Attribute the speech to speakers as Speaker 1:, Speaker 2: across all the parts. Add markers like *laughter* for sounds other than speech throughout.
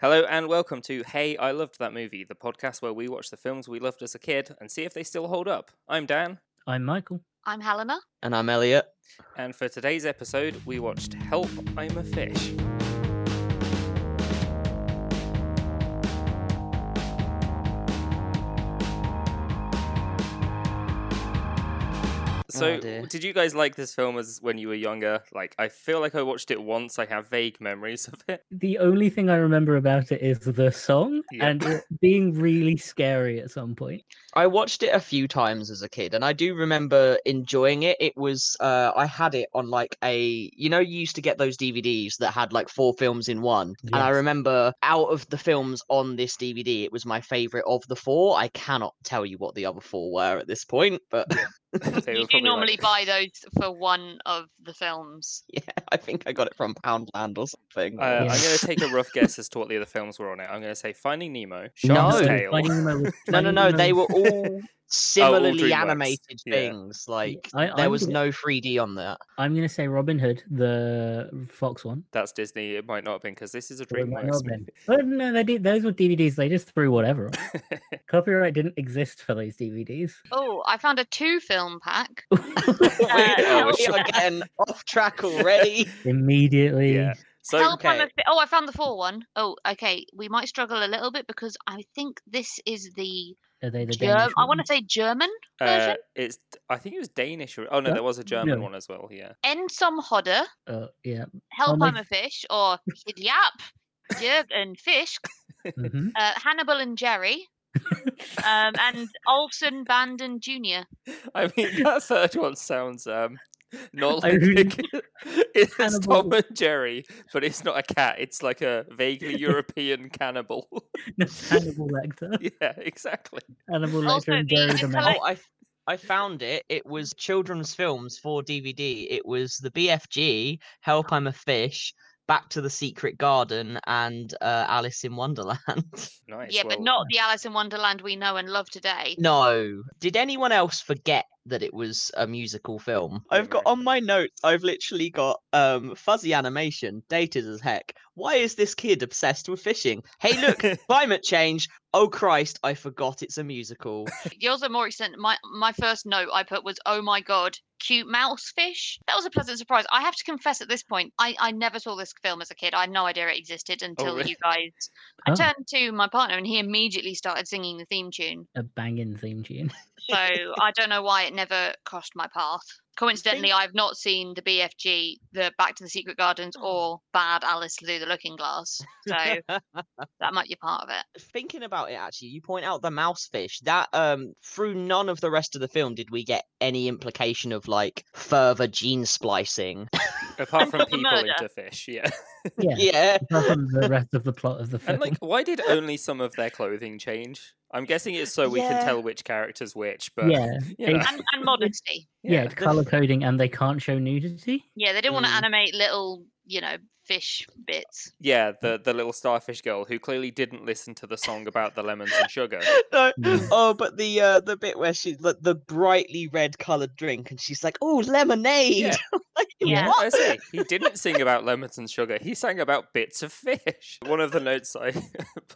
Speaker 1: Hello and welcome to Hey, I Loved That Movie, the podcast where we watch the films we loved as a kid and see if they still hold up. I'm Dan,
Speaker 2: I'm Michael.
Speaker 3: I'm Helena.
Speaker 4: And I'm Elliot.
Speaker 1: and for today's episode, we watched Help, I'm a Fish. So,
Speaker 4: Oh, dear.
Speaker 1: did you guys like this film as when you were younger? Like, I feel like I watched it once. I have vague memories of
Speaker 3: *laughs*
Speaker 1: it. *laughs*
Speaker 2: The only thing I remember about it is the song
Speaker 1: Yeah.
Speaker 2: and it being really scary at some point.
Speaker 4: I watched it a few times as a kid, and I do remember enjoying it. It was uh, I had it on like a you know you used to get those DVDs that had like four films in one, and I
Speaker 2: Yes.
Speaker 4: remember out of the films on this DVD, it was my favorite of the four. I cannot tell you what the other four were at this point, but
Speaker 1: They were
Speaker 3: You do
Speaker 1: probably like-
Speaker 3: normally buy those for one of the films.
Speaker 4: *laughs* yeah, I think I got it from Poundland or something.
Speaker 1: Uh,
Speaker 4: or-
Speaker 1: I'm
Speaker 2: Yeah.
Speaker 1: going
Speaker 4: *laughs*
Speaker 1: to take a
Speaker 2: *laughs*
Speaker 1: rough guess as to what the other films were on it. I'm going to say Finding Nemo, Shark's
Speaker 4: No.
Speaker 1: Tale.
Speaker 2: Finding
Speaker 1: *laughs*
Speaker 2: Nemo was-
Speaker 4: No, no,
Speaker 2: Finding
Speaker 4: no.
Speaker 2: Nemo
Speaker 4: They
Speaker 2: was-
Speaker 4: were all similarly
Speaker 1: Oh, DreamWorks,
Speaker 4: animated
Speaker 1: yeah.
Speaker 4: things. Like
Speaker 2: I-
Speaker 4: there
Speaker 2: I'm
Speaker 4: was
Speaker 2: gonna-
Speaker 4: no 3D on that.
Speaker 2: I'm gonna say Robin Hood, the fox one.
Speaker 1: That's Disney. It might not have been because this is a
Speaker 2: or it might
Speaker 1: DreamWorks
Speaker 2: not have
Speaker 1: movie.
Speaker 2: been. But Oh, no, they did, those were DVDs. They just threw
Speaker 1: *laughs*
Speaker 2: whatever. on. Copyright didn't exist for those DVDs.
Speaker 3: Oh, I found a two film pack.
Speaker 1: Oh,
Speaker 3: *laughs*
Speaker 4: oh,
Speaker 1: sure.
Speaker 4: again, off track already.
Speaker 2: Immediately,
Speaker 1: yeah. So
Speaker 3: Help, I'm a
Speaker 4: okay.
Speaker 3: fi- oh, I found the four one. Oh, okay. We might struggle a little bit because I think this is the,
Speaker 2: are they the
Speaker 3: Germ-
Speaker 2: Danish
Speaker 3: I want to
Speaker 2: ones?
Speaker 3: say German.
Speaker 1: uh,
Speaker 3: version?
Speaker 1: it's. I think it was Danish. Or, oh no,
Speaker 2: Yeah.
Speaker 1: there was a German
Speaker 2: Yeah.
Speaker 1: one as well. Yeah. *laughs*
Speaker 3: En som hodder,
Speaker 2: Uh, yeah.
Speaker 3: help
Speaker 2: my
Speaker 3: I'm a fish, or Kid Yap, Jörg and Fish,
Speaker 2: mhm.
Speaker 3: uh, Hannibal and Jerry, um, and Olsen Bandon Jr.
Speaker 1: I mean, that third one sounds um not
Speaker 2: I
Speaker 1: like
Speaker 2: really-
Speaker 1: *laughs* it's Tom
Speaker 2: Cannibal.
Speaker 1: and Jerry, but it's not a cat. It's like a vaguely European cannibal. *laughs*
Speaker 2: That's Hannibal Lecter.
Speaker 1: yeah, exactly.
Speaker 2: Hannibal
Speaker 3: Also,
Speaker 2: Lecter and
Speaker 3: the
Speaker 2: Jerry the
Speaker 3: intellect-
Speaker 2: Mouse.
Speaker 4: Oh, I, f- I found it. It was children's films for DVD. It was the BFG, Help I'm a Fish, Back to the Secret Garden, and uh, Alice in Wonderland.
Speaker 1: *laughs*
Speaker 4: *laughs*
Speaker 1: Nice.
Speaker 3: yeah,
Speaker 1: *laughs*
Speaker 3: but
Speaker 1: well,
Speaker 3: not the Alice in Wonderland we know and love today.
Speaker 4: no. Did anyone else forget that it was a musical film? I've got on my notes, I've literally got um, fuzzy animation, dated as heck. Why is this kid obsessed with fishing? Hey, *laughs* look, climate change. Oh, Christ, I forgot it's a musical.
Speaker 3: Yours are more extent. My my first note I put was, "Oh my god, cute mouse fish." That was a pleasant surprise. I have to confess, at this point, I I never saw this film as a kid. I had no idea it existed until
Speaker 1: really?
Speaker 3: you guys.
Speaker 2: Oh.
Speaker 3: I turned to my partner, and he immediately started singing the theme tune.
Speaker 2: A banging
Speaker 1: *laughs*
Speaker 2: theme tune.
Speaker 3: So I don't know why it never crossed my path. Coincidentally, I've not seen the BFG, the Back to the Secret Gardens, or Bad Alice Through the Looking Glass. So that might be part of it.
Speaker 4: thinking about it actually you point out the mouse fish that um through none of the rest of the film did we get any implication of like further gene splicing *laughs*
Speaker 1: apart from
Speaker 3: Until the
Speaker 1: people
Speaker 3: murder.
Speaker 1: into fish. Yeah.
Speaker 2: Yeah.
Speaker 4: yeah
Speaker 2: Apart from the rest of the plot of the film.
Speaker 1: And like, why
Speaker 2: *laughs*
Speaker 1: did only some of their clothing change? I'm guessing it's so we can
Speaker 4: Yeah.
Speaker 1: tell which character's which. But
Speaker 2: yeah,
Speaker 1: you know,
Speaker 2: it's-
Speaker 3: And, and modesty.
Speaker 2: yeah,
Speaker 1: yeah.
Speaker 2: it's
Speaker 4: *laughs*
Speaker 2: color coding, and they can't show nudity.
Speaker 3: Yeah, they didn't want to
Speaker 4: Mm.
Speaker 3: animate little, you know, fish bits.
Speaker 1: Yeah, the the little starfish girl who clearly didn't listen to the song about the lemons and sugar.
Speaker 4: no
Speaker 2: Mm.
Speaker 4: oh but the uh the bit where she the, the brightly red colored drink and she's like oh lemonade *laughs* Like,
Speaker 3: Yeah.
Speaker 1: What I
Speaker 4: *laughs*
Speaker 1: say, he didn't sing about lemons and sugar. He sang about bits of fish. *laughs* One of the notes I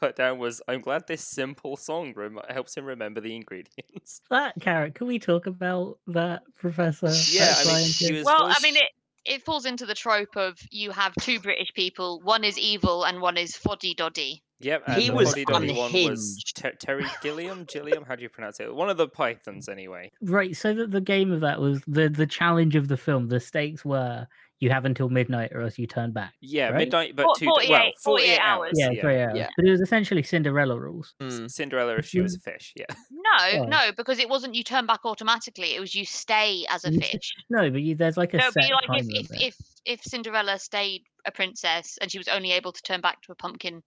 Speaker 1: put down was, "I'm glad this simple song rem- helps him remember the ingredients." *laughs*
Speaker 2: That carrot. Can we talk about that, Professor?
Speaker 1: Yeah, I
Speaker 2: that
Speaker 1: mean,
Speaker 2: scientist?
Speaker 1: she was.
Speaker 3: Well, I
Speaker 1: voiced-
Speaker 3: mean, it it falls into the trope of you have two British people, one is evil and one is foddy doddy.
Speaker 1: Yep,
Speaker 4: He
Speaker 1: and the
Speaker 2: was
Speaker 1: Fuddy Duddy one was
Speaker 4: unhinged.
Speaker 1: Ter- Terry Gilliam. Gilliam, how do you pronounce it? One of the pythons, anyway.
Speaker 2: right. So that the game of that was the the challenge of the film. The stakes were you have until midnight, or else you turn back.
Speaker 1: Yeah,
Speaker 2: Right?
Speaker 1: midnight, but
Speaker 3: Four-
Speaker 1: two, well,
Speaker 3: 48 48 hours.
Speaker 2: Yeah, three hours.
Speaker 4: yeah.
Speaker 2: But it was essentially Cinderella rules.
Speaker 4: Mm.
Speaker 1: Hmm, Cinderella, if she was a fish,
Speaker 3: *laughs*
Speaker 1: yeah.
Speaker 3: No,
Speaker 2: Yeah.
Speaker 3: no, because it wasn't you turn back automatically. It was you stay as a
Speaker 2: You stay-
Speaker 3: fish.
Speaker 2: No, but you, there's like a
Speaker 3: So it'd
Speaker 2: set
Speaker 3: be like
Speaker 2: time
Speaker 3: if if,
Speaker 2: limit.
Speaker 3: if if Cinderella stayed a princess and she was only able to turn back to a pumpkin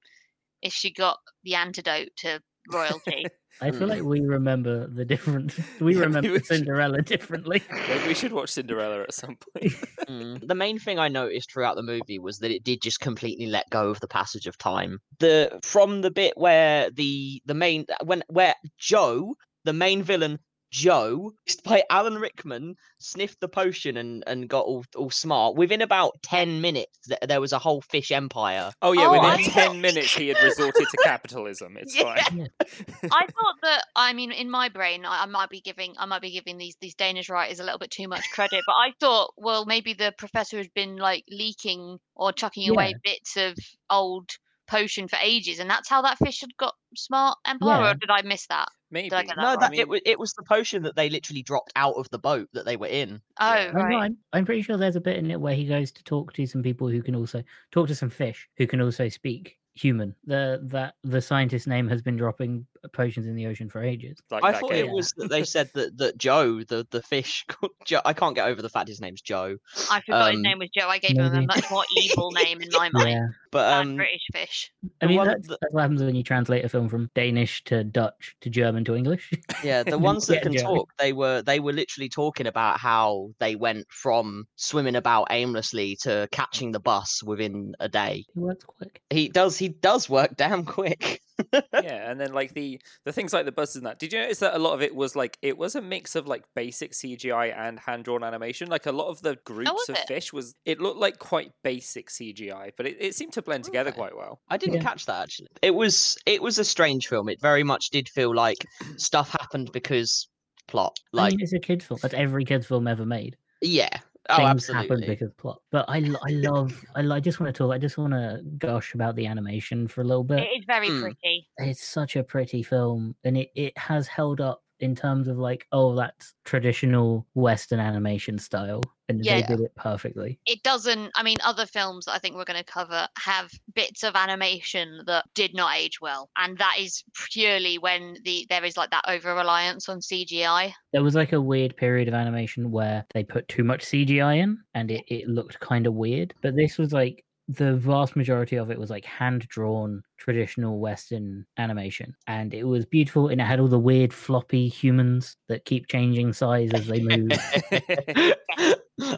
Speaker 3: if she got the antidote to royalty.
Speaker 2: I feel
Speaker 4: Mm.
Speaker 2: like we remember the difference. *laughs* We
Speaker 1: Hmm. Yeah,
Speaker 2: remember
Speaker 1: we should-
Speaker 2: Cinderella *laughs* differently.
Speaker 1: Maybe we should watch Cinderella at some
Speaker 4: *laughs*
Speaker 1: point.
Speaker 4: Mm. The main thing I noticed throughout the movie was that it did just completely let go of the passage of time. The from the bit where the the main when where Joe, the main villain, Joe, just by Alan Rickman, sniffed the potion and, and got all, all smart. Within about 10 minutes, th- there was a whole fish empire.
Speaker 1: Oh yeah,
Speaker 3: Oh,
Speaker 1: within
Speaker 3: I-
Speaker 1: ten minutes he had resorted
Speaker 3: *laughs*
Speaker 1: to capitalism. It's
Speaker 4: Yeah.
Speaker 1: fine. *laughs*
Speaker 3: I thought that I mean in my brain I, I might be giving I might be giving these these Danish writers a little bit too much credit, but I thought well maybe the professor had been like leaking or chucking away bits of old potion for ages, and that's how that fish had got smart empire.
Speaker 2: Yeah.
Speaker 3: Or did I miss that?
Speaker 1: Maybe.
Speaker 3: I get that
Speaker 4: No,
Speaker 3: right?
Speaker 4: that,
Speaker 1: I mean,
Speaker 4: it, was, it was the potion that they literally dropped out of the boat that they were in.
Speaker 3: Oh
Speaker 1: Yeah.
Speaker 2: I'm,
Speaker 3: right.
Speaker 2: I'm, I'm pretty sure there's a bit in it where he goes to talk to some people who can also talk to some fish who can also speak human. The that the scientist's name has been dropping potions in the ocean for ages.
Speaker 1: like
Speaker 4: I
Speaker 1: that
Speaker 4: thought
Speaker 1: game.
Speaker 4: it
Speaker 3: *laughs*
Speaker 4: was that
Speaker 1: *laughs*
Speaker 4: they said that, that Joe, the, the fish, *laughs* called Joe, I can't get over the fact his name's Joe.
Speaker 3: I forgot his
Speaker 4: Um,
Speaker 3: name was Joe. I gave him a
Speaker 2: maybe.
Speaker 3: much more evil name in my mind.
Speaker 2: Yeah,
Speaker 4: But
Speaker 3: than
Speaker 4: um,
Speaker 3: British fish.
Speaker 2: I
Speaker 4: the
Speaker 2: mean
Speaker 4: one
Speaker 2: that's,
Speaker 4: that-
Speaker 2: that's what happens when you translate a film from Danish to Dutch to German to English. *laughs*
Speaker 4: Yeah, the
Speaker 2: And
Speaker 4: ones
Speaker 2: yeah,
Speaker 4: that can
Speaker 2: Joe.
Speaker 4: talk, they were they were literally talking about how they went from swimming about aimlessly to catching the bus within a day.
Speaker 2: He works quick.
Speaker 4: He does he does work *laughs* damn quick.
Speaker 1: yeah, and then like the the things like the buses and that. Did you notice that a lot of it was like it was a mix of like basic CGI and hand drawn animation? Like a lot of the groups
Speaker 3: Oh, was
Speaker 1: of
Speaker 3: it?
Speaker 1: fish was it looked like quite basic CGI, but it, it seemed to blend together
Speaker 4: Okay.
Speaker 1: quite well.
Speaker 4: I didn't
Speaker 2: Yeah.
Speaker 4: catch that actually. It was it was a strange film. It very much did feel like stuff happened because plot.
Speaker 2: Like, I
Speaker 4: Like
Speaker 2: mean, it's a kids film. That's every kids film ever made.
Speaker 4: yeah. Oh,
Speaker 2: Things happen
Speaker 4: absolutely.
Speaker 2: because plot. But I, lo- I love. I, lo- I just want to talk. I just want to gush about the animation for a little bit.
Speaker 3: It is very
Speaker 4: Mm.
Speaker 3: pretty.
Speaker 2: it's such a pretty film and it, it has held up in terms of like oh that's traditional western animation style and
Speaker 3: Yeah.
Speaker 2: they did it perfectly
Speaker 3: It doesn't. I mean, other films that I think we're going to cover have bits of animation that did not age well, and that is purely when the there is like that over reliance on CGI.
Speaker 2: there was like a weird period of animation where they put too much cgi in and it, it looked kind of weird but this was like the vast majority of it was like hand drawn traditional western animation and it was beautiful and it had all the weird floppy humans that keep changing size as they move
Speaker 4: *laughs* I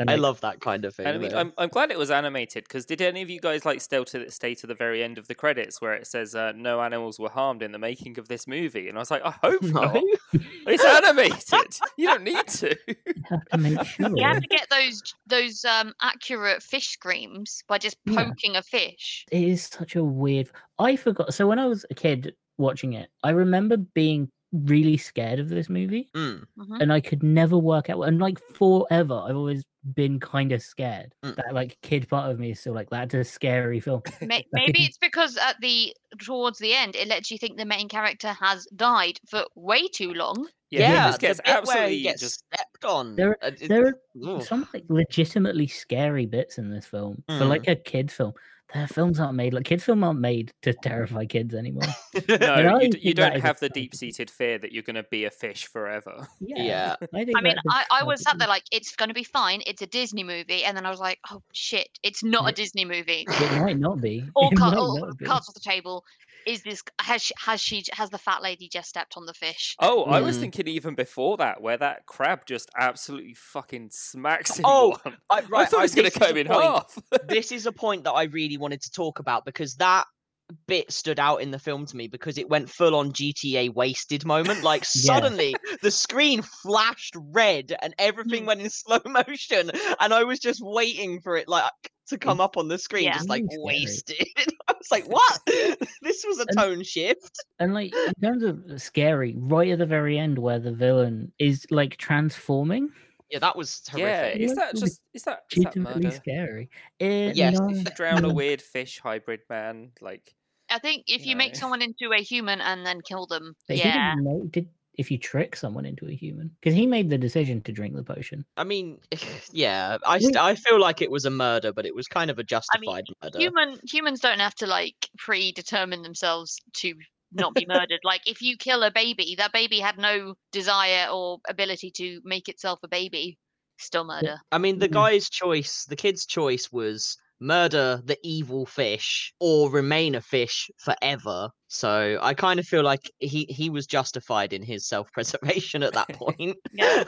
Speaker 2: like-
Speaker 4: love that kind of thing.
Speaker 1: And I mean,
Speaker 4: though.
Speaker 1: I'm, I'm glad it was animated because did any of you guys like stay to stay to the very end of the credits where it says uh, no animals were harmed in the making of this movie? And I was like, I hope not.
Speaker 4: *laughs* *laughs* No.
Speaker 1: It's animated. you don't need to. *laughs*
Speaker 2: have to make sure
Speaker 3: You have to get those those um, accurate fish screams by just
Speaker 2: Yeah.
Speaker 3: poking a fish.
Speaker 2: it is such a weird i forgot so when i was a kid watching it i remember being really scared of this movie
Speaker 4: Mm,
Speaker 2: *laughs*
Speaker 3: Mhm.
Speaker 2: and i could never work out and like forever i've always been kind of scared
Speaker 4: Mm.
Speaker 2: that like kid part of me is still like that's a scary
Speaker 3: *coughs*
Speaker 2: film
Speaker 3: May- Maybe it's because at the towards the end it lets you think the main character has died for way too long.
Speaker 1: it
Speaker 2: Yeah,
Speaker 1: just gets
Speaker 4: the bit where
Speaker 1: absolutely
Speaker 4: he gets *laughs*
Speaker 1: just
Speaker 4: stepped on.
Speaker 2: There-
Speaker 4: uh, it-
Speaker 2: there are
Speaker 4: ugh.
Speaker 2: some like legitimately scary bits in this film for
Speaker 4: Mm.
Speaker 2: like a kid film their films aren't made like kids film aren't made
Speaker 3: *laughs*
Speaker 2: to terrify kids anymore *laughs* And
Speaker 1: *laughs*
Speaker 2: I
Speaker 1: no. You, d-
Speaker 2: think
Speaker 1: you
Speaker 2: that
Speaker 1: don't
Speaker 2: is
Speaker 1: have the
Speaker 2: exciting.
Speaker 1: deep seated fear that you're going to be a fish forever. *laughs*
Speaker 4: yeah.
Speaker 2: i, think
Speaker 3: I mean,
Speaker 2: that's
Speaker 3: I, I was sat
Speaker 2: exciting. *laughs*
Speaker 3: there like, it's going to be fine. It's a Disney movie. And then I was like, oh, shit, it's not
Speaker 2: Yeah.
Speaker 3: a Disney movie.
Speaker 2: *laughs* it might not be
Speaker 3: *laughs* All,
Speaker 2: It
Speaker 3: car-
Speaker 2: might
Speaker 3: all
Speaker 2: not be.
Speaker 3: cards off the table. Is this, has she, has she, has the fat lady just stepped on the fish?
Speaker 1: Oh, I was
Speaker 4: Mm.
Speaker 1: thinking even before that, where that crab just absolutely fucking smacks *laughs* him.
Speaker 4: Oh,
Speaker 1: one.
Speaker 4: I,
Speaker 1: I thought it was going
Speaker 4: this
Speaker 1: to
Speaker 4: is
Speaker 1: cut him
Speaker 4: the
Speaker 1: in
Speaker 4: point.
Speaker 1: half.
Speaker 4: this is a point that I really wanted to talk about because that bit stood out in the film to me because it went full on GTA wasted moment. *laughs* Like suddenly the screen flashed red and everything
Speaker 3: Mm.
Speaker 4: went in slow motion, and I was just waiting for it like to come up on the screen,
Speaker 3: Yeah.
Speaker 4: just like
Speaker 2: Really scary.
Speaker 4: wasted. *laughs* I was like, what? this was a
Speaker 2: And-
Speaker 4: tone shift.
Speaker 2: And like in terms of uh, scary, right at the very end where the villain is like transforming,
Speaker 4: Yeah, that was
Speaker 1: yeah,
Speaker 4: horrific.
Speaker 1: is
Speaker 2: Must
Speaker 1: that
Speaker 2: be
Speaker 1: just is that is that
Speaker 2: legitimately
Speaker 1: murder?
Speaker 2: scary. Eh,
Speaker 4: Yes.
Speaker 2: no,
Speaker 1: Drown a
Speaker 2: no.
Speaker 1: weird fish hybrid man, like
Speaker 3: I think if you make
Speaker 1: No.
Speaker 3: someone into a human and then kill them,
Speaker 2: But he
Speaker 3: yeah.
Speaker 2: didn't know, did if you trick someone into a human because he made the decision to drink the potion.
Speaker 4: I mean, *sighs* yeah, I
Speaker 2: We-
Speaker 4: st- I feel like it was a murder, but it was kind of a justified murder.
Speaker 3: Human humans don't have to like predetermine themselves to not be murdered. Like if you kill a baby, that baby had no desire or ability to make itself a baby. Still murder.
Speaker 4: I mean, the
Speaker 2: Mm.
Speaker 4: guy's choice, the kid's choice was murder the evil fish or remain a fish forever. So I kind of feel like he he was justified in his self-preservation at that point.
Speaker 3: *laughs*
Speaker 4: *laughs*
Speaker 3: Yeah.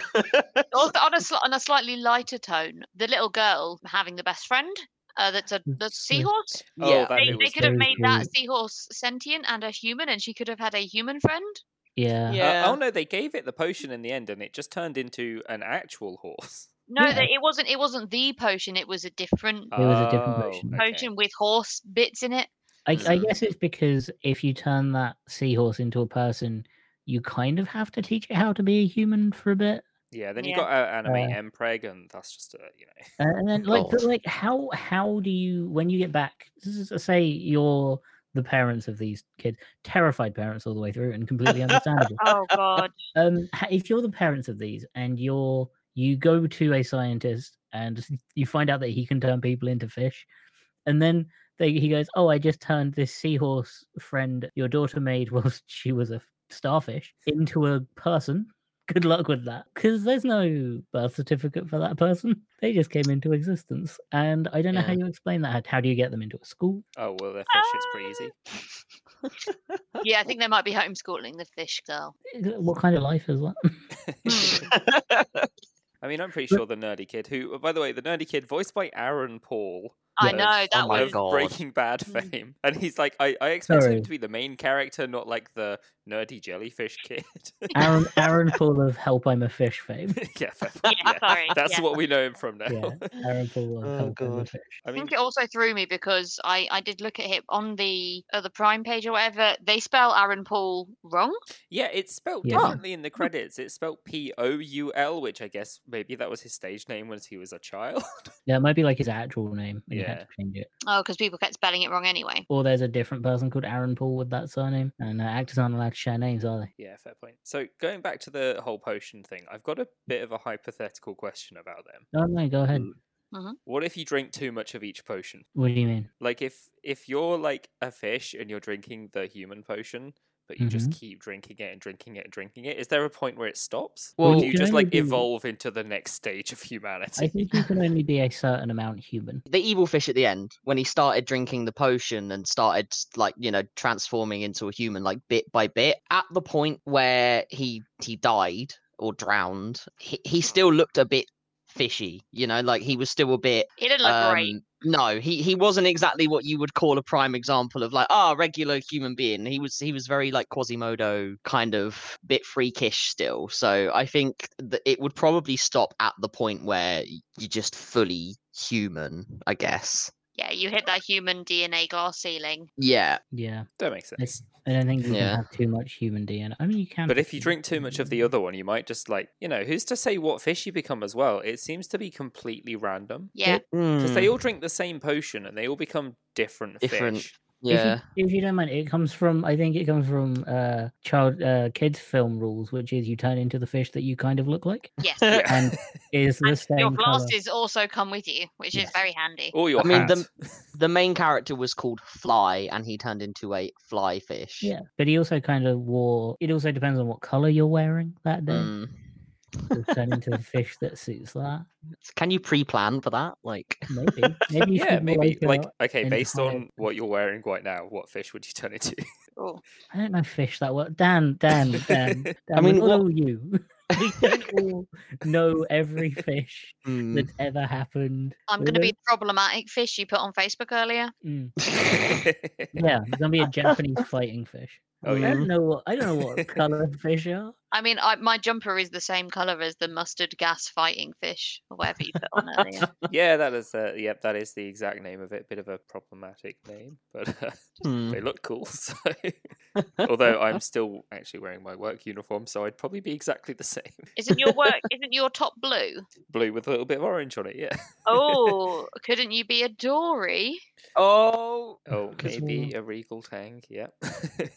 Speaker 3: Also, on a sli- on a slightly lighter tone, the little girl having the best friend uh, that's a that's a
Speaker 2: Yes.
Speaker 3: seahorse.
Speaker 1: oh
Speaker 4: Yeah.
Speaker 1: that
Speaker 3: They,
Speaker 1: bit *laughs*
Speaker 3: they
Speaker 1: was
Speaker 3: could have
Speaker 2: very
Speaker 3: made that
Speaker 2: cute.
Speaker 3: seahorse sentient and a human, and she could have had a human friend.
Speaker 2: Yeah.
Speaker 1: Uh,
Speaker 4: Yeah.
Speaker 1: oh no, they gave it the potion in the end, and it just turned into an actual horse.
Speaker 3: No,
Speaker 2: Yeah.
Speaker 3: that it wasn't. It wasn't the potion. It was a different
Speaker 2: It was a different
Speaker 1: Oh,
Speaker 2: potion.
Speaker 1: okay.
Speaker 3: potion with horse bits in it.
Speaker 2: I, I
Speaker 1: Mm.
Speaker 2: guess it's because if you turn that seahorse into a person, you kind of have to teach it how to be a human for a bit.
Speaker 1: Yeah, then you
Speaker 3: Yeah.
Speaker 1: got uh, anime Mpreg, and that's just a you know.
Speaker 2: Uh, and then like but
Speaker 4: God.
Speaker 2: like how how do you when you get back s- s- say you're the parents of these kids terrified parents all the way through and completely understandable
Speaker 3: Oh god.
Speaker 2: um h- if you're the parents of these and you're you go to a scientist and s- you find out that he can turn people into fish and then they, he goes oh i just turned this seahorse friend your daughter made *laughs* whilst she was a f- starfish into a person good luck with that because there's no birth certificate for that person they just came into existence and i don't know how
Speaker 4: Yeah.
Speaker 2: you explain that how do you get them into a school
Speaker 1: Oh well, they're fish. It's pretty easy.
Speaker 3: Yeah, I think they might be homeschooling the fish girl.
Speaker 2: Eh, what kind of life
Speaker 4: *laughs*
Speaker 2: is that
Speaker 1: *laughs*
Speaker 3: Hmm.
Speaker 1: I mean, I'm pretty sure the nerdy kid, who, oh, by the way, the nerdy kid voiced by Aaron Paul.
Speaker 3: I
Speaker 1: of-
Speaker 3: know that
Speaker 4: oh my
Speaker 3: was.
Speaker 4: God.
Speaker 1: of Breaking Bad
Speaker 3: Mm.
Speaker 1: fame, and he's like, I, I expected
Speaker 2: Sorry.
Speaker 1: him to be the main character, not like the nerdy jellyfish kid. *laughs*
Speaker 2: aaron aaron paul of help i'm a fish fame
Speaker 1: yeah, fair point,
Speaker 3: *laughs* Yeah,
Speaker 1: yeah.
Speaker 3: sorry.
Speaker 1: *laughs* that's
Speaker 3: yeah.
Speaker 1: what we know him from now.
Speaker 2: yeah aaron paul of
Speaker 4: Oh,
Speaker 2: help i'm a
Speaker 4: God.
Speaker 2: fish
Speaker 1: *laughs* I
Speaker 3: I
Speaker 1: mean,
Speaker 3: think it also threw me because I, I did look at it on the other Prime page or whatever. They spell Aaron Paul wrong.
Speaker 1: yeah, it's spelled
Speaker 2: Yeah.
Speaker 1: differently in the credits. It's spelled P O U L, which I guess maybe that was his stage name when he was a child. *laughs*
Speaker 2: Yeah, it might be like his actual name, and he had
Speaker 1: Yeah.
Speaker 2: to change it.
Speaker 3: Oh, because people kept spelling it wrong anyway.
Speaker 2: Or there's a different person called Aaron Paul with that surname, and uh, actors aren't allowed to share names, are they?
Speaker 1: yeah, fair point. So going back to the whole potion thing, I've got a bit of a hypothetical question about them.
Speaker 2: Oh no, go ahead.
Speaker 4: Mm.
Speaker 1: What if you drink too much of each potion?
Speaker 2: What do you mean?
Speaker 1: Like if if you're like a fish and you're drinking the human potion, but you just
Speaker 2: Mm-hmm.
Speaker 1: keep drinking it and drinking it and drinking it, is there a point where it stops?
Speaker 4: Well,
Speaker 1: or do
Speaker 4: you
Speaker 1: you
Speaker 2: can
Speaker 1: just
Speaker 2: only
Speaker 1: like
Speaker 2: do-
Speaker 1: evolve into the next stage of *laughs* humanity?
Speaker 2: I think you can only be a certain amount human.
Speaker 4: *laughs* the evil fish at the end when he started drinking the potion and started s- like you know transforming into a human like bit by bit at the point where he he died or drowned he, he still looked a bit fishy you know like he was still a bit
Speaker 3: It didn't look great.
Speaker 4: um, no he he wasn't exactly what you would call a prime example of like ah regular human being he was he was very like quasimodo kind of bit freakish still so i think that it would probably stop at the point where y- you're just fully human i guess
Speaker 3: Yeah, you hit that human DNA glass ceiling.
Speaker 4: yeah
Speaker 2: Yeah,
Speaker 1: that makes sense.
Speaker 2: I don't think you
Speaker 4: Yeah.
Speaker 2: can have too much human DNA. I mean, you can.
Speaker 1: But
Speaker 2: have
Speaker 1: if you drink too much of the
Speaker 2: human
Speaker 1: other one, you might just like you know, who's to say what fish you become as well? It seems to be completely random.
Speaker 3: Yeah.
Speaker 4: Hmm,
Speaker 1: Because they all drink the same potion and they all become different,
Speaker 4: Different.
Speaker 1: fish.
Speaker 2: If you-
Speaker 4: yeah
Speaker 2: If you don't mind, it comes from I think it comes from uh child uh kids film rules, which is you turn into the fish that you kind of look like.
Speaker 3: Yes.
Speaker 1: *laughs* Yeah. *laughs*
Speaker 2: And is the
Speaker 3: And
Speaker 2: same
Speaker 3: your
Speaker 2: colour.
Speaker 3: glasses also come with you, which is
Speaker 2: Yes.
Speaker 3: very handy.
Speaker 1: or your
Speaker 4: I
Speaker 1: hat.
Speaker 4: mean, the- the main character was called fly and he turned into a fly fish
Speaker 2: Yeah, but he also kind of wore. It also depends on what color you're wearing that day.
Speaker 4: Mm.
Speaker 2: You'll turn into the fish that suits that.
Speaker 4: can you pre-plan for that like
Speaker 2: Maybe, maybe. you
Speaker 1: yeah,
Speaker 2: should
Speaker 1: maybe
Speaker 2: wake
Speaker 1: like
Speaker 2: up-
Speaker 1: okay,
Speaker 2: and
Speaker 1: based
Speaker 2: hide.
Speaker 1: on what you're wearing right now, what fish would you *laughs* turn into?
Speaker 3: Oh.
Speaker 2: I don't know fish that well. Dan, Dan, Dan. Dan I
Speaker 4: mean,
Speaker 2: mean,
Speaker 4: what-
Speaker 2: what are you? *laughs* we don't all know every fish
Speaker 1: *laughs*
Speaker 4: Mm.
Speaker 2: that's ever happened.
Speaker 3: I'm
Speaker 2: We
Speaker 3: going to be
Speaker 2: don't-
Speaker 3: the problematic fish you put on Facebook earlier.
Speaker 2: Mm,
Speaker 4: *laughs*
Speaker 2: yeah, it's gonna be a Japanese fighting fish.
Speaker 1: *laughs* Oh,
Speaker 2: I
Speaker 1: yeah.
Speaker 2: don't know what I don't know what color fish are.
Speaker 3: I mean, I, my jumper is the same color as the mustard gas fighting fish, or whatever you put on earlier.
Speaker 4: *laughs*
Speaker 1: yeah, that is uh, yep, that is the exact name of it. Bit of a problematic name, but uh,
Speaker 4: Mm.
Speaker 1: they look cool. So,
Speaker 4: *laughs*
Speaker 1: although I'm still actually wearing my work uniform, so I'd probably be exactly the *laughs* same,
Speaker 3: Isn't your work? Isn't your top blue?
Speaker 1: blue with a little bit of orange on it. Yeah.
Speaker 3: Oh, couldn't you be a dory?
Speaker 4: oh
Speaker 1: *laughs*
Speaker 4: *laughs*
Speaker 1: Oh,
Speaker 4: Because we're
Speaker 1: maybe a regal tang. Yep. *laughs*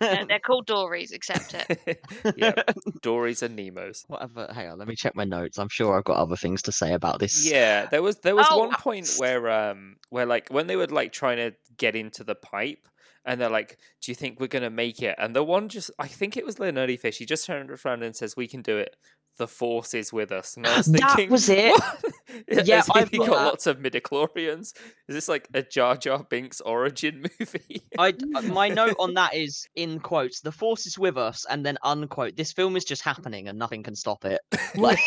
Speaker 3: No, they're called dories. Accept
Speaker 4: *laughs*
Speaker 3: it.
Speaker 1: yep. Dories and Nemos.
Speaker 4: Whatever. Hang on, let me check my notes. I'm sure I've got other things to say about this.
Speaker 1: Yeah, there was there was
Speaker 3: Oh,
Speaker 1: one point where um where like when they were like trying to get into the pipe and they're like, "Do you think we're gonna make it?" And the one just I think it was Leonardi Fish. He just turned around and says, "We can do it. The force is with us." And I was
Speaker 4: *laughs* That
Speaker 1: thinking,
Speaker 4: was it.
Speaker 1: "What?" *laughs*
Speaker 4: Yeah,
Speaker 1: As if
Speaker 4: I've
Speaker 1: he
Speaker 4: got
Speaker 1: got
Speaker 4: that.
Speaker 1: lots of midichlorians. Is this like a Jar Jar Binks origin *laughs* movie?
Speaker 4: I d- uh, my note on that is in quotes. The force is with us, and *laughs* then unquote. This film is just happening, and nothing can stop it. Like,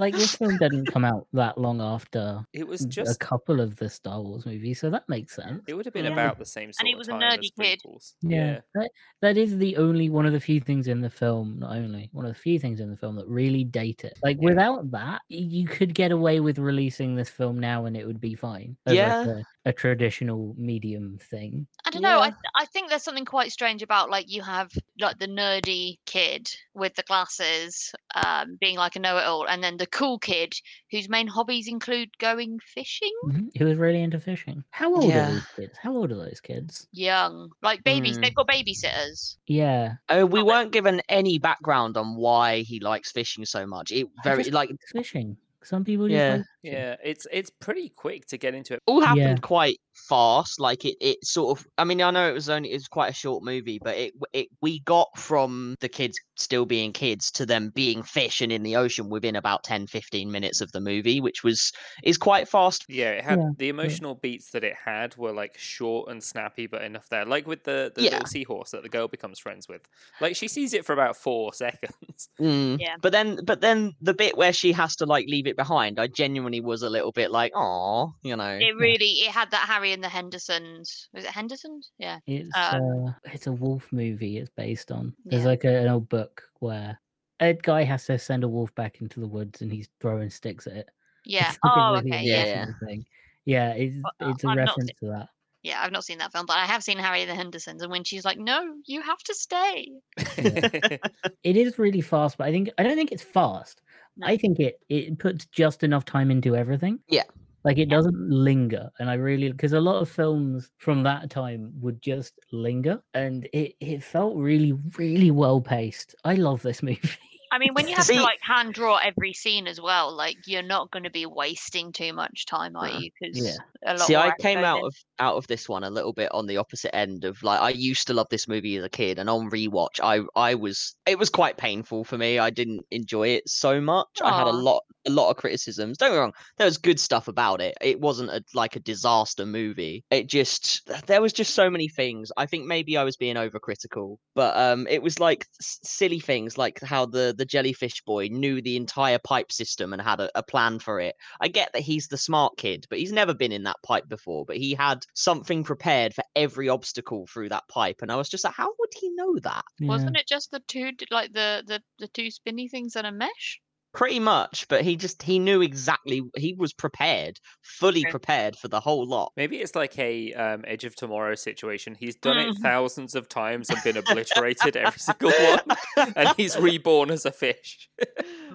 Speaker 2: Like this film didn't come out that long after
Speaker 1: *laughs* It was
Speaker 2: a
Speaker 1: just.
Speaker 2: couple of the Star Wars movies, so that makes sense.
Speaker 1: It would have been
Speaker 3: Yeah.
Speaker 1: about the same sort
Speaker 3: he
Speaker 1: of
Speaker 3: was a
Speaker 1: time
Speaker 3: nerdy
Speaker 1: as
Speaker 3: kid.
Speaker 1: prequels.
Speaker 2: Mm-hmm. Yeah, That, that is the only one of the few things in the film, not only one of the few things in the film that really date it. Like without that, y- you could get away with releasing this film now and it would be fine. as, like,
Speaker 4: Yeah.
Speaker 2: a, a traditional medium thing.
Speaker 3: I don't know. I,
Speaker 4: Yeah.
Speaker 3: th- I think there's something quite strange about like you have like the nerdy kid with the glasses um, being like a know-it-all, and then the cool kid whose main hobbies include going fishing.
Speaker 2: Mhm. He was really into fishing. How old
Speaker 4: Yeah.
Speaker 2: are these kids? How old are those kids?
Speaker 3: Young, like babies,
Speaker 4: Mm.
Speaker 3: they've got babysitters.
Speaker 2: Yeah,
Speaker 4: Oh, we
Speaker 3: Well, they-
Speaker 4: weren't given any background on why he likes fishing so much. It
Speaker 2: I
Speaker 4: very
Speaker 2: just
Speaker 4: like
Speaker 2: it's fishing. Some people just
Speaker 4: Yeah.
Speaker 2: like fishing.
Speaker 1: Yeah, it's it's pretty quick to get into it.
Speaker 4: all happened
Speaker 2: Yeah.
Speaker 4: quite fast. Like it, it sort of. I mean, I know it was only it was quite a short movie, but it, it we got from the kids still being kids to them being fish and in the ocean within about 10, 15 minutes of the movie, which was is quite fast.
Speaker 1: Yeah, it had
Speaker 2: Yeah,
Speaker 1: the emotional beats that it had were like short and snappy, but enough there. Like with the the
Speaker 4: Yeah.
Speaker 1: little seahorse that the girl becomes friends with. Like she sees it for about four *laughs*
Speaker 4: *laughs*
Speaker 1: seconds.
Speaker 4: Mm.
Speaker 3: Yeah.
Speaker 4: But then, but then the bit where she has to like leave it behind, I genuinely was a little bit like, oh, you know.
Speaker 3: It really, it had that Harry and the Hendersons. Was it Hendersons? Yeah.
Speaker 2: It's
Speaker 3: Uh,
Speaker 2: uh, it's a wolf movie. It's based on. There's
Speaker 3: Yeah.
Speaker 2: like a, an old book where a guy has to send a wolf back into the woods, and he's throwing sticks at it.
Speaker 3: Yeah.
Speaker 2: It's like a
Speaker 3: Oh,
Speaker 2: really
Speaker 3: okay.
Speaker 4: yeah.
Speaker 3: Yeah.
Speaker 2: emotional thing. Yeah, it's
Speaker 3: uh,
Speaker 2: it's a
Speaker 3: I've not
Speaker 2: reference to that.
Speaker 3: Yeah. I've not seen that film, but I have seen Harry and the Hendersons. And when she's like, no, you have to stay.
Speaker 2: It is really fast, but I think I don't think it's fast.
Speaker 3: No.
Speaker 2: I think it it puts just enough time into everything.
Speaker 4: Yeah.
Speaker 2: Like it
Speaker 3: Yeah.
Speaker 2: doesn't linger, and I really because a lot of films from that time would just linger, and it it felt really really well paced. I love this *laughs* movie.
Speaker 3: I mean, when you have
Speaker 4: See-
Speaker 3: to like hand draw every scene as well, like you're not going to be wasting too much time, are
Speaker 4: Uh,
Speaker 3: you? Because
Speaker 2: yeah.
Speaker 3: a lot
Speaker 4: See,
Speaker 3: more
Speaker 4: I
Speaker 3: actually
Speaker 4: came
Speaker 3: goes
Speaker 4: out
Speaker 3: in.
Speaker 4: of out of this one a little bit on the opposite end of like I used to love this movie as a kid, and on rewatch, I I was it was quite painful for me. I didn't enjoy it so much. I had a
Speaker 3: Aw.
Speaker 4: lot a lot of criticisms. Don't get me wrong, there was good stuff about it. It wasn't a, like a disaster movie. It just there was just so many things. I think maybe I was being overcritical, but um, it was like s- silly things like how the the jellyfish boy knew the entire pipe system and had a, a plan for it. I get that he's the smart kid, but he's never been in that pipe before. But he had something prepared for every obstacle through that pipe, and I was just like, how would he know that?
Speaker 3: Wasn't it just the two, d- like the the the two spinny things in a mesh?
Speaker 4: Pretty much, but he just he knew exactly. He was prepared, fully
Speaker 3: Okay.
Speaker 4: prepared for the whole lot.
Speaker 1: Maybe it's like a um, Edge of Tomorrow situation. He's done it
Speaker 3: Mhm.
Speaker 1: thousands of times and been obliterated every single one,
Speaker 4: *laughs*
Speaker 1: and *laughs*
Speaker 3: *laughs*
Speaker 1: he's reborn as a fish.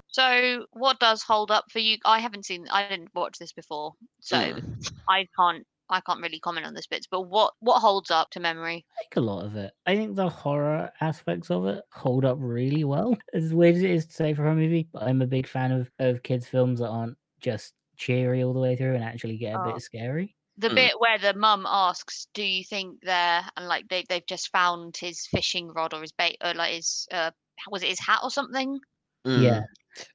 Speaker 3: So, what does hold up for you? I haven't seen, I didn't watch this before, so
Speaker 4: Mm.
Speaker 3: I can't, I can't really comment on this bits. But what what holds up to memory?
Speaker 2: like a lot of it. I think the horror aspects of it hold up really well. *laughs* As weird as it is to say for a movie, but I'm a big fan of of kids' films that aren't just cheery all the way through and actually get a
Speaker 3: Oh.
Speaker 2: bit scary.
Speaker 3: The
Speaker 1: Hmm.
Speaker 4: Mm.
Speaker 3: bit where the mum asks, "Do you think they're and like they they've just found his fishing rod or his bait or like his uh was it his hat or something
Speaker 4: Mm.
Speaker 2: Yeah.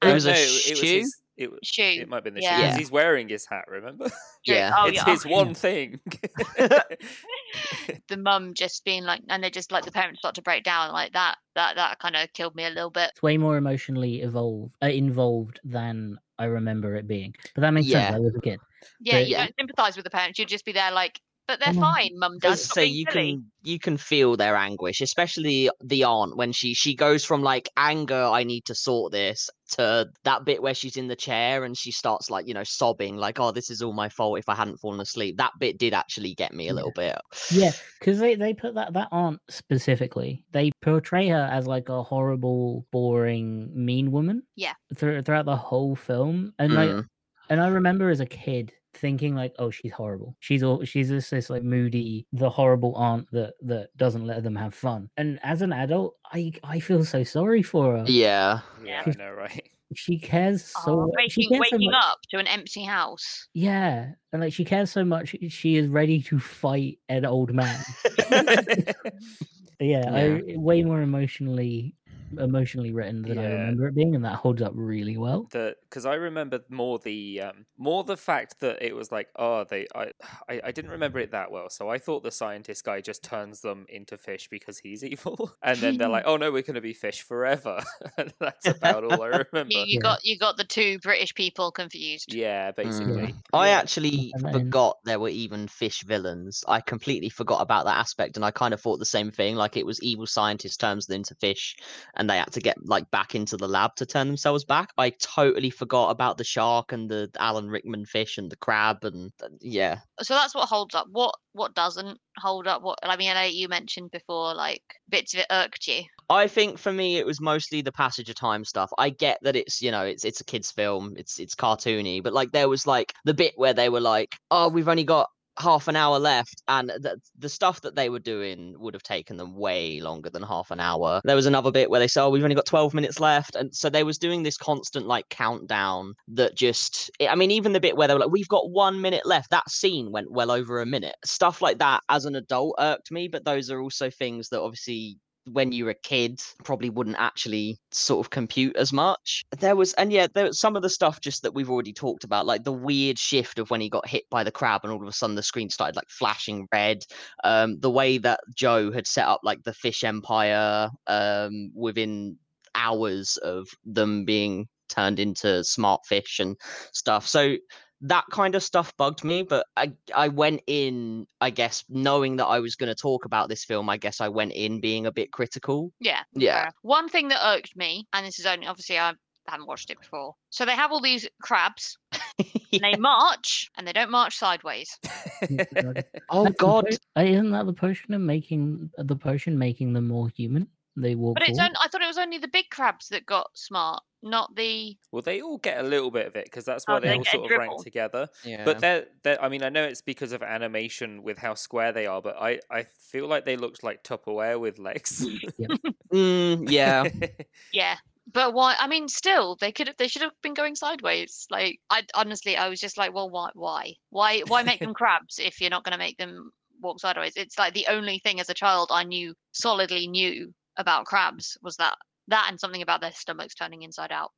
Speaker 4: It was a
Speaker 1: no, It, was
Speaker 4: shoe?
Speaker 1: his, it, w-
Speaker 3: shoe?"
Speaker 1: it might have been the shoe,
Speaker 3: Yeah.
Speaker 1: 'cause He's wearing his hat, remember?
Speaker 3: True.
Speaker 4: Yeah.
Speaker 3: Oh,
Speaker 1: it's
Speaker 3: yeah.
Speaker 1: his one thing. *laughs*
Speaker 3: the mum just being like, and they just like the parents start to break down like that. That that kind of killed me a little bit.
Speaker 2: It's way more emotionally evolved, uh, involved than I remember it being. But that makes sense.
Speaker 4: Yeah.
Speaker 2: I was a kid.
Speaker 3: Yeah,
Speaker 2: But-
Speaker 3: you
Speaker 4: Yeah.
Speaker 3: don't sympathise with the parents. You'd just be there like, but they're
Speaker 2: Come on.
Speaker 3: fine, mum, dad.
Speaker 4: As
Speaker 3: stop
Speaker 4: I say,
Speaker 3: being
Speaker 4: you
Speaker 3: silly."
Speaker 4: can you can feel their anguish, especially the aunt when she she goes from like anger, I need to sort this, to that bit where she's in the chair and she starts like you know sobbing, like oh this is all my fault if I hadn't fallen asleep. That bit did actually get me a
Speaker 2: Yeah.
Speaker 4: little bit.
Speaker 2: Yeah, because they, they put that that aunt specifically. They portray her as like a horrible, boring, mean woman.
Speaker 3: Yeah.
Speaker 2: Through, throughout the whole film, and like
Speaker 4: Mm.
Speaker 2: And I remember as a kid thinking like, "Oh, she's horrible. She's all she's just this like moody, the horrible aunt that that doesn't let them have fun." And as an adult, I I feel so sorry for her.
Speaker 4: yeah.
Speaker 1: yeah, I
Speaker 2: Yeah.
Speaker 1: know,
Speaker 3: *laughs*
Speaker 1: right? *laughs*
Speaker 2: She cares so
Speaker 3: Oh,
Speaker 2: she
Speaker 3: waking
Speaker 2: cares so
Speaker 3: waking
Speaker 2: much.
Speaker 3: up to an empty house.
Speaker 2: Yeah, and like she cares so much, she is ready to fight an old man. yeah, I, way more emotionally emotionally written than I
Speaker 1: Yeah.
Speaker 2: remember it being, and that holds up really well.
Speaker 1: the because I remember more the um, more the fact that it was like oh they I, I I didn't remember it that well so I thought the scientist guy just turns them into fish because he's *laughs* evil and then
Speaker 3: *laughs*
Speaker 1: they're like oh no we're gonna be fish forever *laughs* and that's about all I
Speaker 3: *laughs*
Speaker 1: remember
Speaker 3: You, you
Speaker 2: Yeah.
Speaker 3: got you got the two British people confused.
Speaker 1: yeah basically
Speaker 4: I
Speaker 2: Yeah.
Speaker 4: actually
Speaker 2: And then-
Speaker 4: forgot there were even fish villains. I completely forgot about that aspect, and I kind of thought the same thing. Like it was evil scientists turns them into fish, and they had to get like back into the lab to turn themselves back. I totally forgot about the shark and the Alan Rickman fish and the crab, and th- yeah,
Speaker 3: So that's what holds up. What what doesn't hold up? What I mean, I know you mentioned before, like bits of it irked you.
Speaker 4: I think for me it was mostly the passage of time stuff. I get that it's you know it's it's a kids film, it's it's cartoony, but like there was like the bit where they were like, oh, we've only got half an hour left, and the the stuff that they were doing would have taken them way longer than half an hour. There was another bit where they said, oh, we've only got twelve minutes left, and so they was doing this constant like countdown that just, I mean, even the bit where they were like, we've got one minute left. That scene went well over a minute. Stuff like that as an adult irked me, but those are also things that obviously when you were a kid probably wouldn't actually sort of compute as much there was and yeah there was some of the stuff just that we've already talked about like the weird shift of when he got hit by the crab and all of a sudden the screen started like flashing red um the way that joe had set up like the fish empire um within hours of them being turned into smart fish and stuff so that kind of stuff bugged me but i i went in i guess knowing that i was going to talk about this film i guess i went in being a bit critical *laughs*
Speaker 3: Yeah.
Speaker 4: yeah
Speaker 3: Uh, One thing that irked me, and this is only obviously I haven't watched it before. So they have all these crabs, and they march, and they don't march sideways. *laughs*
Speaker 4: oh
Speaker 2: That's the
Speaker 4: god
Speaker 2: po- isn't that the potion of making the potion making them more human? They walk.
Speaker 3: But it's
Speaker 2: forward.
Speaker 3: on, I thought it was only the big crabs that got smart, not the.
Speaker 1: *laughs* well they all get a little bit of it because that's
Speaker 3: Oh,
Speaker 1: why they
Speaker 3: they
Speaker 1: all
Speaker 3: get a
Speaker 1: sort of rank
Speaker 3: dribble.
Speaker 1: together
Speaker 4: yeah
Speaker 1: But they're, they're, I mean, I know it's because of animation with how square they are, but I, I feel like they looked like Tupperware with legs.
Speaker 4: mm, yeah
Speaker 1: *laughs*
Speaker 3: Yeah. But why? I mean, still, they could have. They should have been going sideways. Like, I honestly, I was just like, well, why, why, why, why make them crabs if you're not going to make them walk sideways? It's like the only thing as a child I knew solidly knew about crabs was that that and something about their stomachs turning inside out.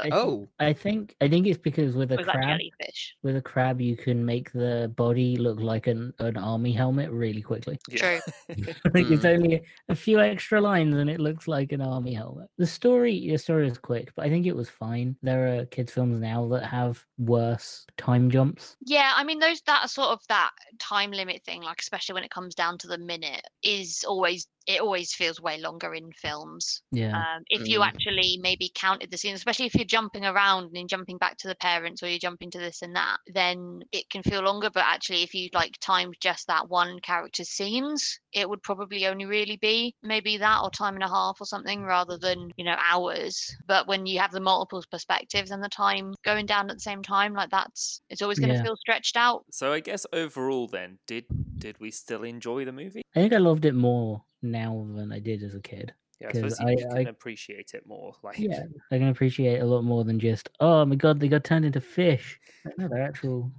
Speaker 2: I
Speaker 3: it
Speaker 2: think-
Speaker 4: *laughs* oh
Speaker 2: I think I think it's because with a
Speaker 3: was like
Speaker 2: crab
Speaker 3: jellyfish.
Speaker 2: with a crab you can make the body look like an, an army helmet really quickly. *laughs*
Speaker 1: Yeah.
Speaker 2: like it's
Speaker 4: Mm.
Speaker 2: only a few extra lines and it looks like an army helmet. The story the story is quick, but I think it was fine. There are kids' films now that have worse time jumps.
Speaker 3: Yeah, I mean those that sort of that time limit thing, like especially when it comes down to the minute, is always it always feels way longer in films.
Speaker 2: Yeah.
Speaker 3: Um, if you
Speaker 4: Mm.
Speaker 3: actually maybe counted the scene, especially if you're jumping around and you're jumping back to the parents or you're jumping to this and that, then it can feel longer. But actually, if you like timed just that one character's scenes, it would probably only really be maybe that or time and a half or something rather than, you know, hours. But when you have the multiple perspectives and the time going down at the same time, like that's, it's always going to
Speaker 2: Yeah.
Speaker 3: feel stretched out.
Speaker 1: so I guess overall, then, did did we still enjoy the movie?
Speaker 2: I think I loved it more now than I did as a kid.
Speaker 1: Yeah, I
Speaker 2: 'Cause
Speaker 1: suppose you,
Speaker 2: I-
Speaker 1: you
Speaker 2: I-
Speaker 1: can appreciate it more. *laughs* Like,
Speaker 2: Yeah. I can appreciate it a lot more than just, oh my god, they got turned into fish. Like, No, they're actual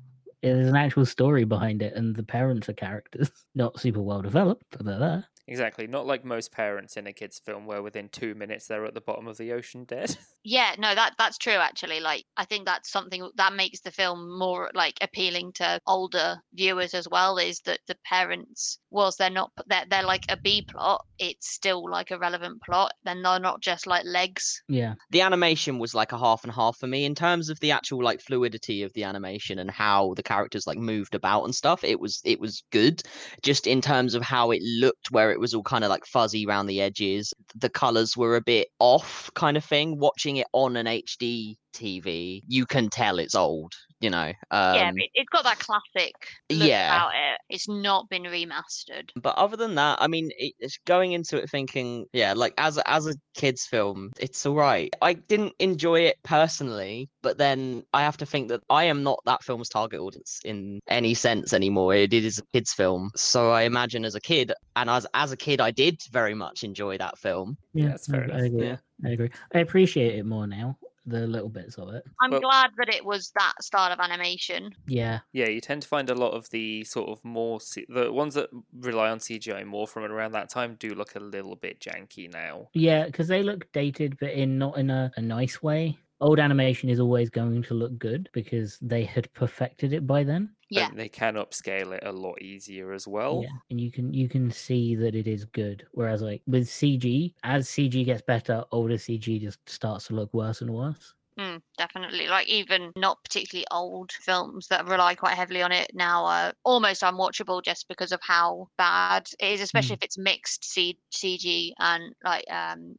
Speaker 2: eh, there's an actual story behind it and the parents are characters. *laughs* Not super well developed, but they're there.
Speaker 1: exactly. Not like most parents in a kids' film, where within two minutes they're at the bottom of the ocean dead. *laughs*
Speaker 3: Yeah, no, that that's true actually. Like I think that's something that makes the film more like appealing to older viewers as well is that the parents whilst they're not they're, they're like a B plot, it's still like a relevant plot. Then they're not just like legs.
Speaker 2: Yeah.
Speaker 4: the animation was like a half and half for me in terms of the actual like fluidity of the animation and how the characters like moved about and stuff it was it was good just in terms of how it looked where it was all kind of like fuzzy around the edges the colors were a bit off kind of thing watching it on an hd tv you can tell it's old you know um,
Speaker 3: yeah, but it, it's got that classic look
Speaker 4: yeah.
Speaker 3: about it. It's not been remastered.
Speaker 4: but other than that i mean it- it's going into it thinking yeah like as a, as a kids film it's all right i didn't enjoy it personally but then i have to think that i am not that film's target audience in any sense anymore it is a kids film so i imagine as a kid and as as a kid i did very much enjoy that film
Speaker 1: Yeah, that's fair
Speaker 2: I, I
Speaker 1: enough.
Speaker 2: agree.
Speaker 4: Yeah.
Speaker 2: I agree. I appreciate it more now. the little bits of it.
Speaker 3: I'm
Speaker 1: Well-
Speaker 3: glad that it was that style of animation.
Speaker 2: Yeah,
Speaker 1: Yeah, you tend to find a lot of the sort of more C- the ones that rely on CGI more from around that time do look a little bit janky now.
Speaker 2: yeah, because they look dated, but in not in a, a nice way. Old animation is always going to look good because they had perfected it by then.
Speaker 3: Yeah.
Speaker 1: and they can upscale it a lot easier as well.
Speaker 2: Yeah, and you can you can see that it is good. Whereas like with CG, as CG gets better, older CG just starts to look worse and worse.
Speaker 3: Mm, definitely. Like even not particularly old films that rely quite heavily on it now are almost unwatchable just because of how bad it is, especially
Speaker 2: Mm.
Speaker 3: if it's mixed C- CG and like um,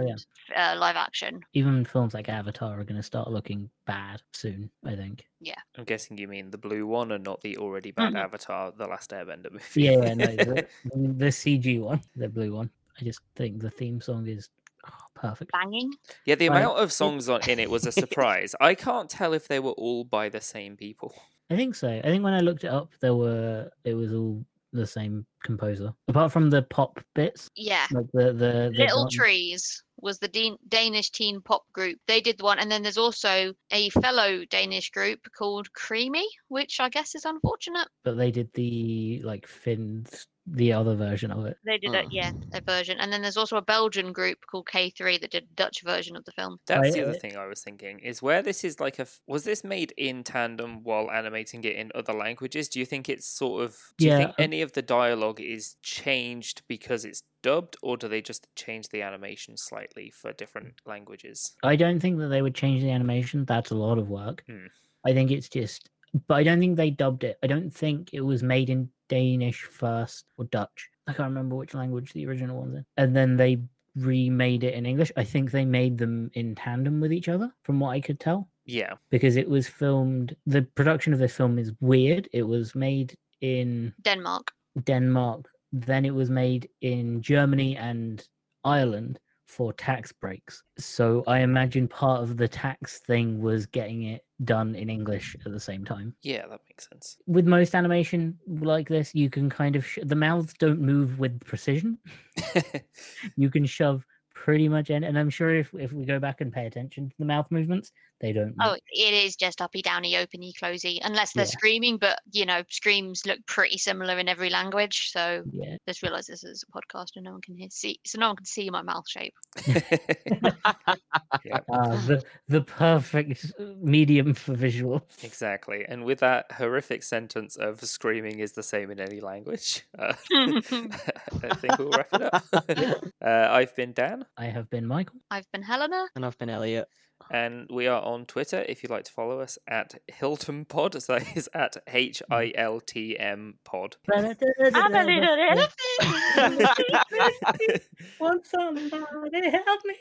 Speaker 2: Oh, yeah.
Speaker 3: and uh, live action.
Speaker 2: Even films like Avatar are going to start looking bad soon. I think.
Speaker 1: I'm guessing you mean the blue one and not the already bad
Speaker 3: Mhm.
Speaker 1: Avatar, the last Airbender movie.
Speaker 2: Mm-hmm. Yeah, yeah no, *laughs* the, Mm, the CG one, the blue one. I just think the theme song is oh, perfect.
Speaker 3: Banging.
Speaker 1: *laughs* Yeah, the
Speaker 2: Right.
Speaker 1: amount of songs on in it
Speaker 2: *laughs*
Speaker 1: was a surprise. I can't tell if they were all by the same people. *laughs*
Speaker 2: I think so. I think when I looked it up, there were it was all the same composer, apart from the pop bits,
Speaker 3: Yeah.
Speaker 2: like the the, the
Speaker 3: Little
Speaker 2: dance-
Speaker 3: Trees was the Dean Danish teen pop group. They did one, and then there's also a fellow Danish group called Creamy, which I guess is unfortunate.
Speaker 2: but they did the like Finn's the other version of it.
Speaker 3: They did a
Speaker 4: Mm.
Speaker 3: yeah a version, and then there's also a Belgian group called K3 that did a Dutch version of the film.
Speaker 1: That's the
Speaker 2: Right,
Speaker 1: other
Speaker 2: uh,
Speaker 1: thing I was thinking is where this is like a f- was this made in tandem while animating it in other languages? Do you think it's sort of do you
Speaker 2: Yeah,
Speaker 1: think
Speaker 2: um,
Speaker 1: any of the dialogue is changed because it's dubbed or do they just change the animation slightly for different
Speaker 2: Mm.
Speaker 1: languages?
Speaker 2: I don't think that they would change the animation. That's a lot of work.
Speaker 1: Hmm.
Speaker 2: I think it's just, but I don't think they dubbed it. I don't think it was made in Danish first or Dutch. I can't remember which language the original one's in. And then they remade it in English. I think they made them in tandem with each other, from what I could tell,
Speaker 1: Yeah.
Speaker 2: because it was filmed. The production of this film is weird. It was made in
Speaker 3: Denmark.
Speaker 2: Denmark. Then it was made in Germany and Ireland for tax breaks. So I imagine part of the tax thing was getting it done in English at the same time.
Speaker 1: Yeah, that makes sense.
Speaker 2: With most animation like this, you can kind of sh- the mouths don't move with precision. You can shove pretty much in, and I'm sure if if we go back and pay attention to the mouth movements, they don't.
Speaker 3: Oh,
Speaker 2: move.
Speaker 3: it is just uppy, downy, openy, closey, unless they're
Speaker 2: Mm. Yeah.
Speaker 3: screaming. But you know, screams look pretty similar in every language. So
Speaker 2: yeah.
Speaker 3: just realize this is a podcast and no one can hear see, so no one can see my mouth shape.
Speaker 2: Ah, the the perfect uh, medium for visual.
Speaker 1: *laughs* exactly. And with that horrific sentence of screaming is the same in any language, *laughs* uh, I think we'll wrap it up. *laughs* uh, I've been Dan.
Speaker 2: I have been
Speaker 3: *laughs*
Speaker 2: Michael.
Speaker 3: I've been Helena.
Speaker 4: and I've been Elliot.
Speaker 1: And we are on Twitter if you'd like to follow us at Hilton Pod. So that is at H I L T M Pod.
Speaker 3: I'm a little elephant.
Speaker 2: *laughs* Want somebody help me?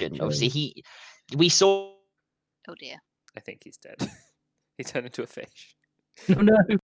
Speaker 4: And
Speaker 2: Sure.
Speaker 4: obviously, he we saw
Speaker 3: oh dear.
Speaker 1: *laughs* I think he's dead. he turned into a fish.
Speaker 2: *laughs* No, no.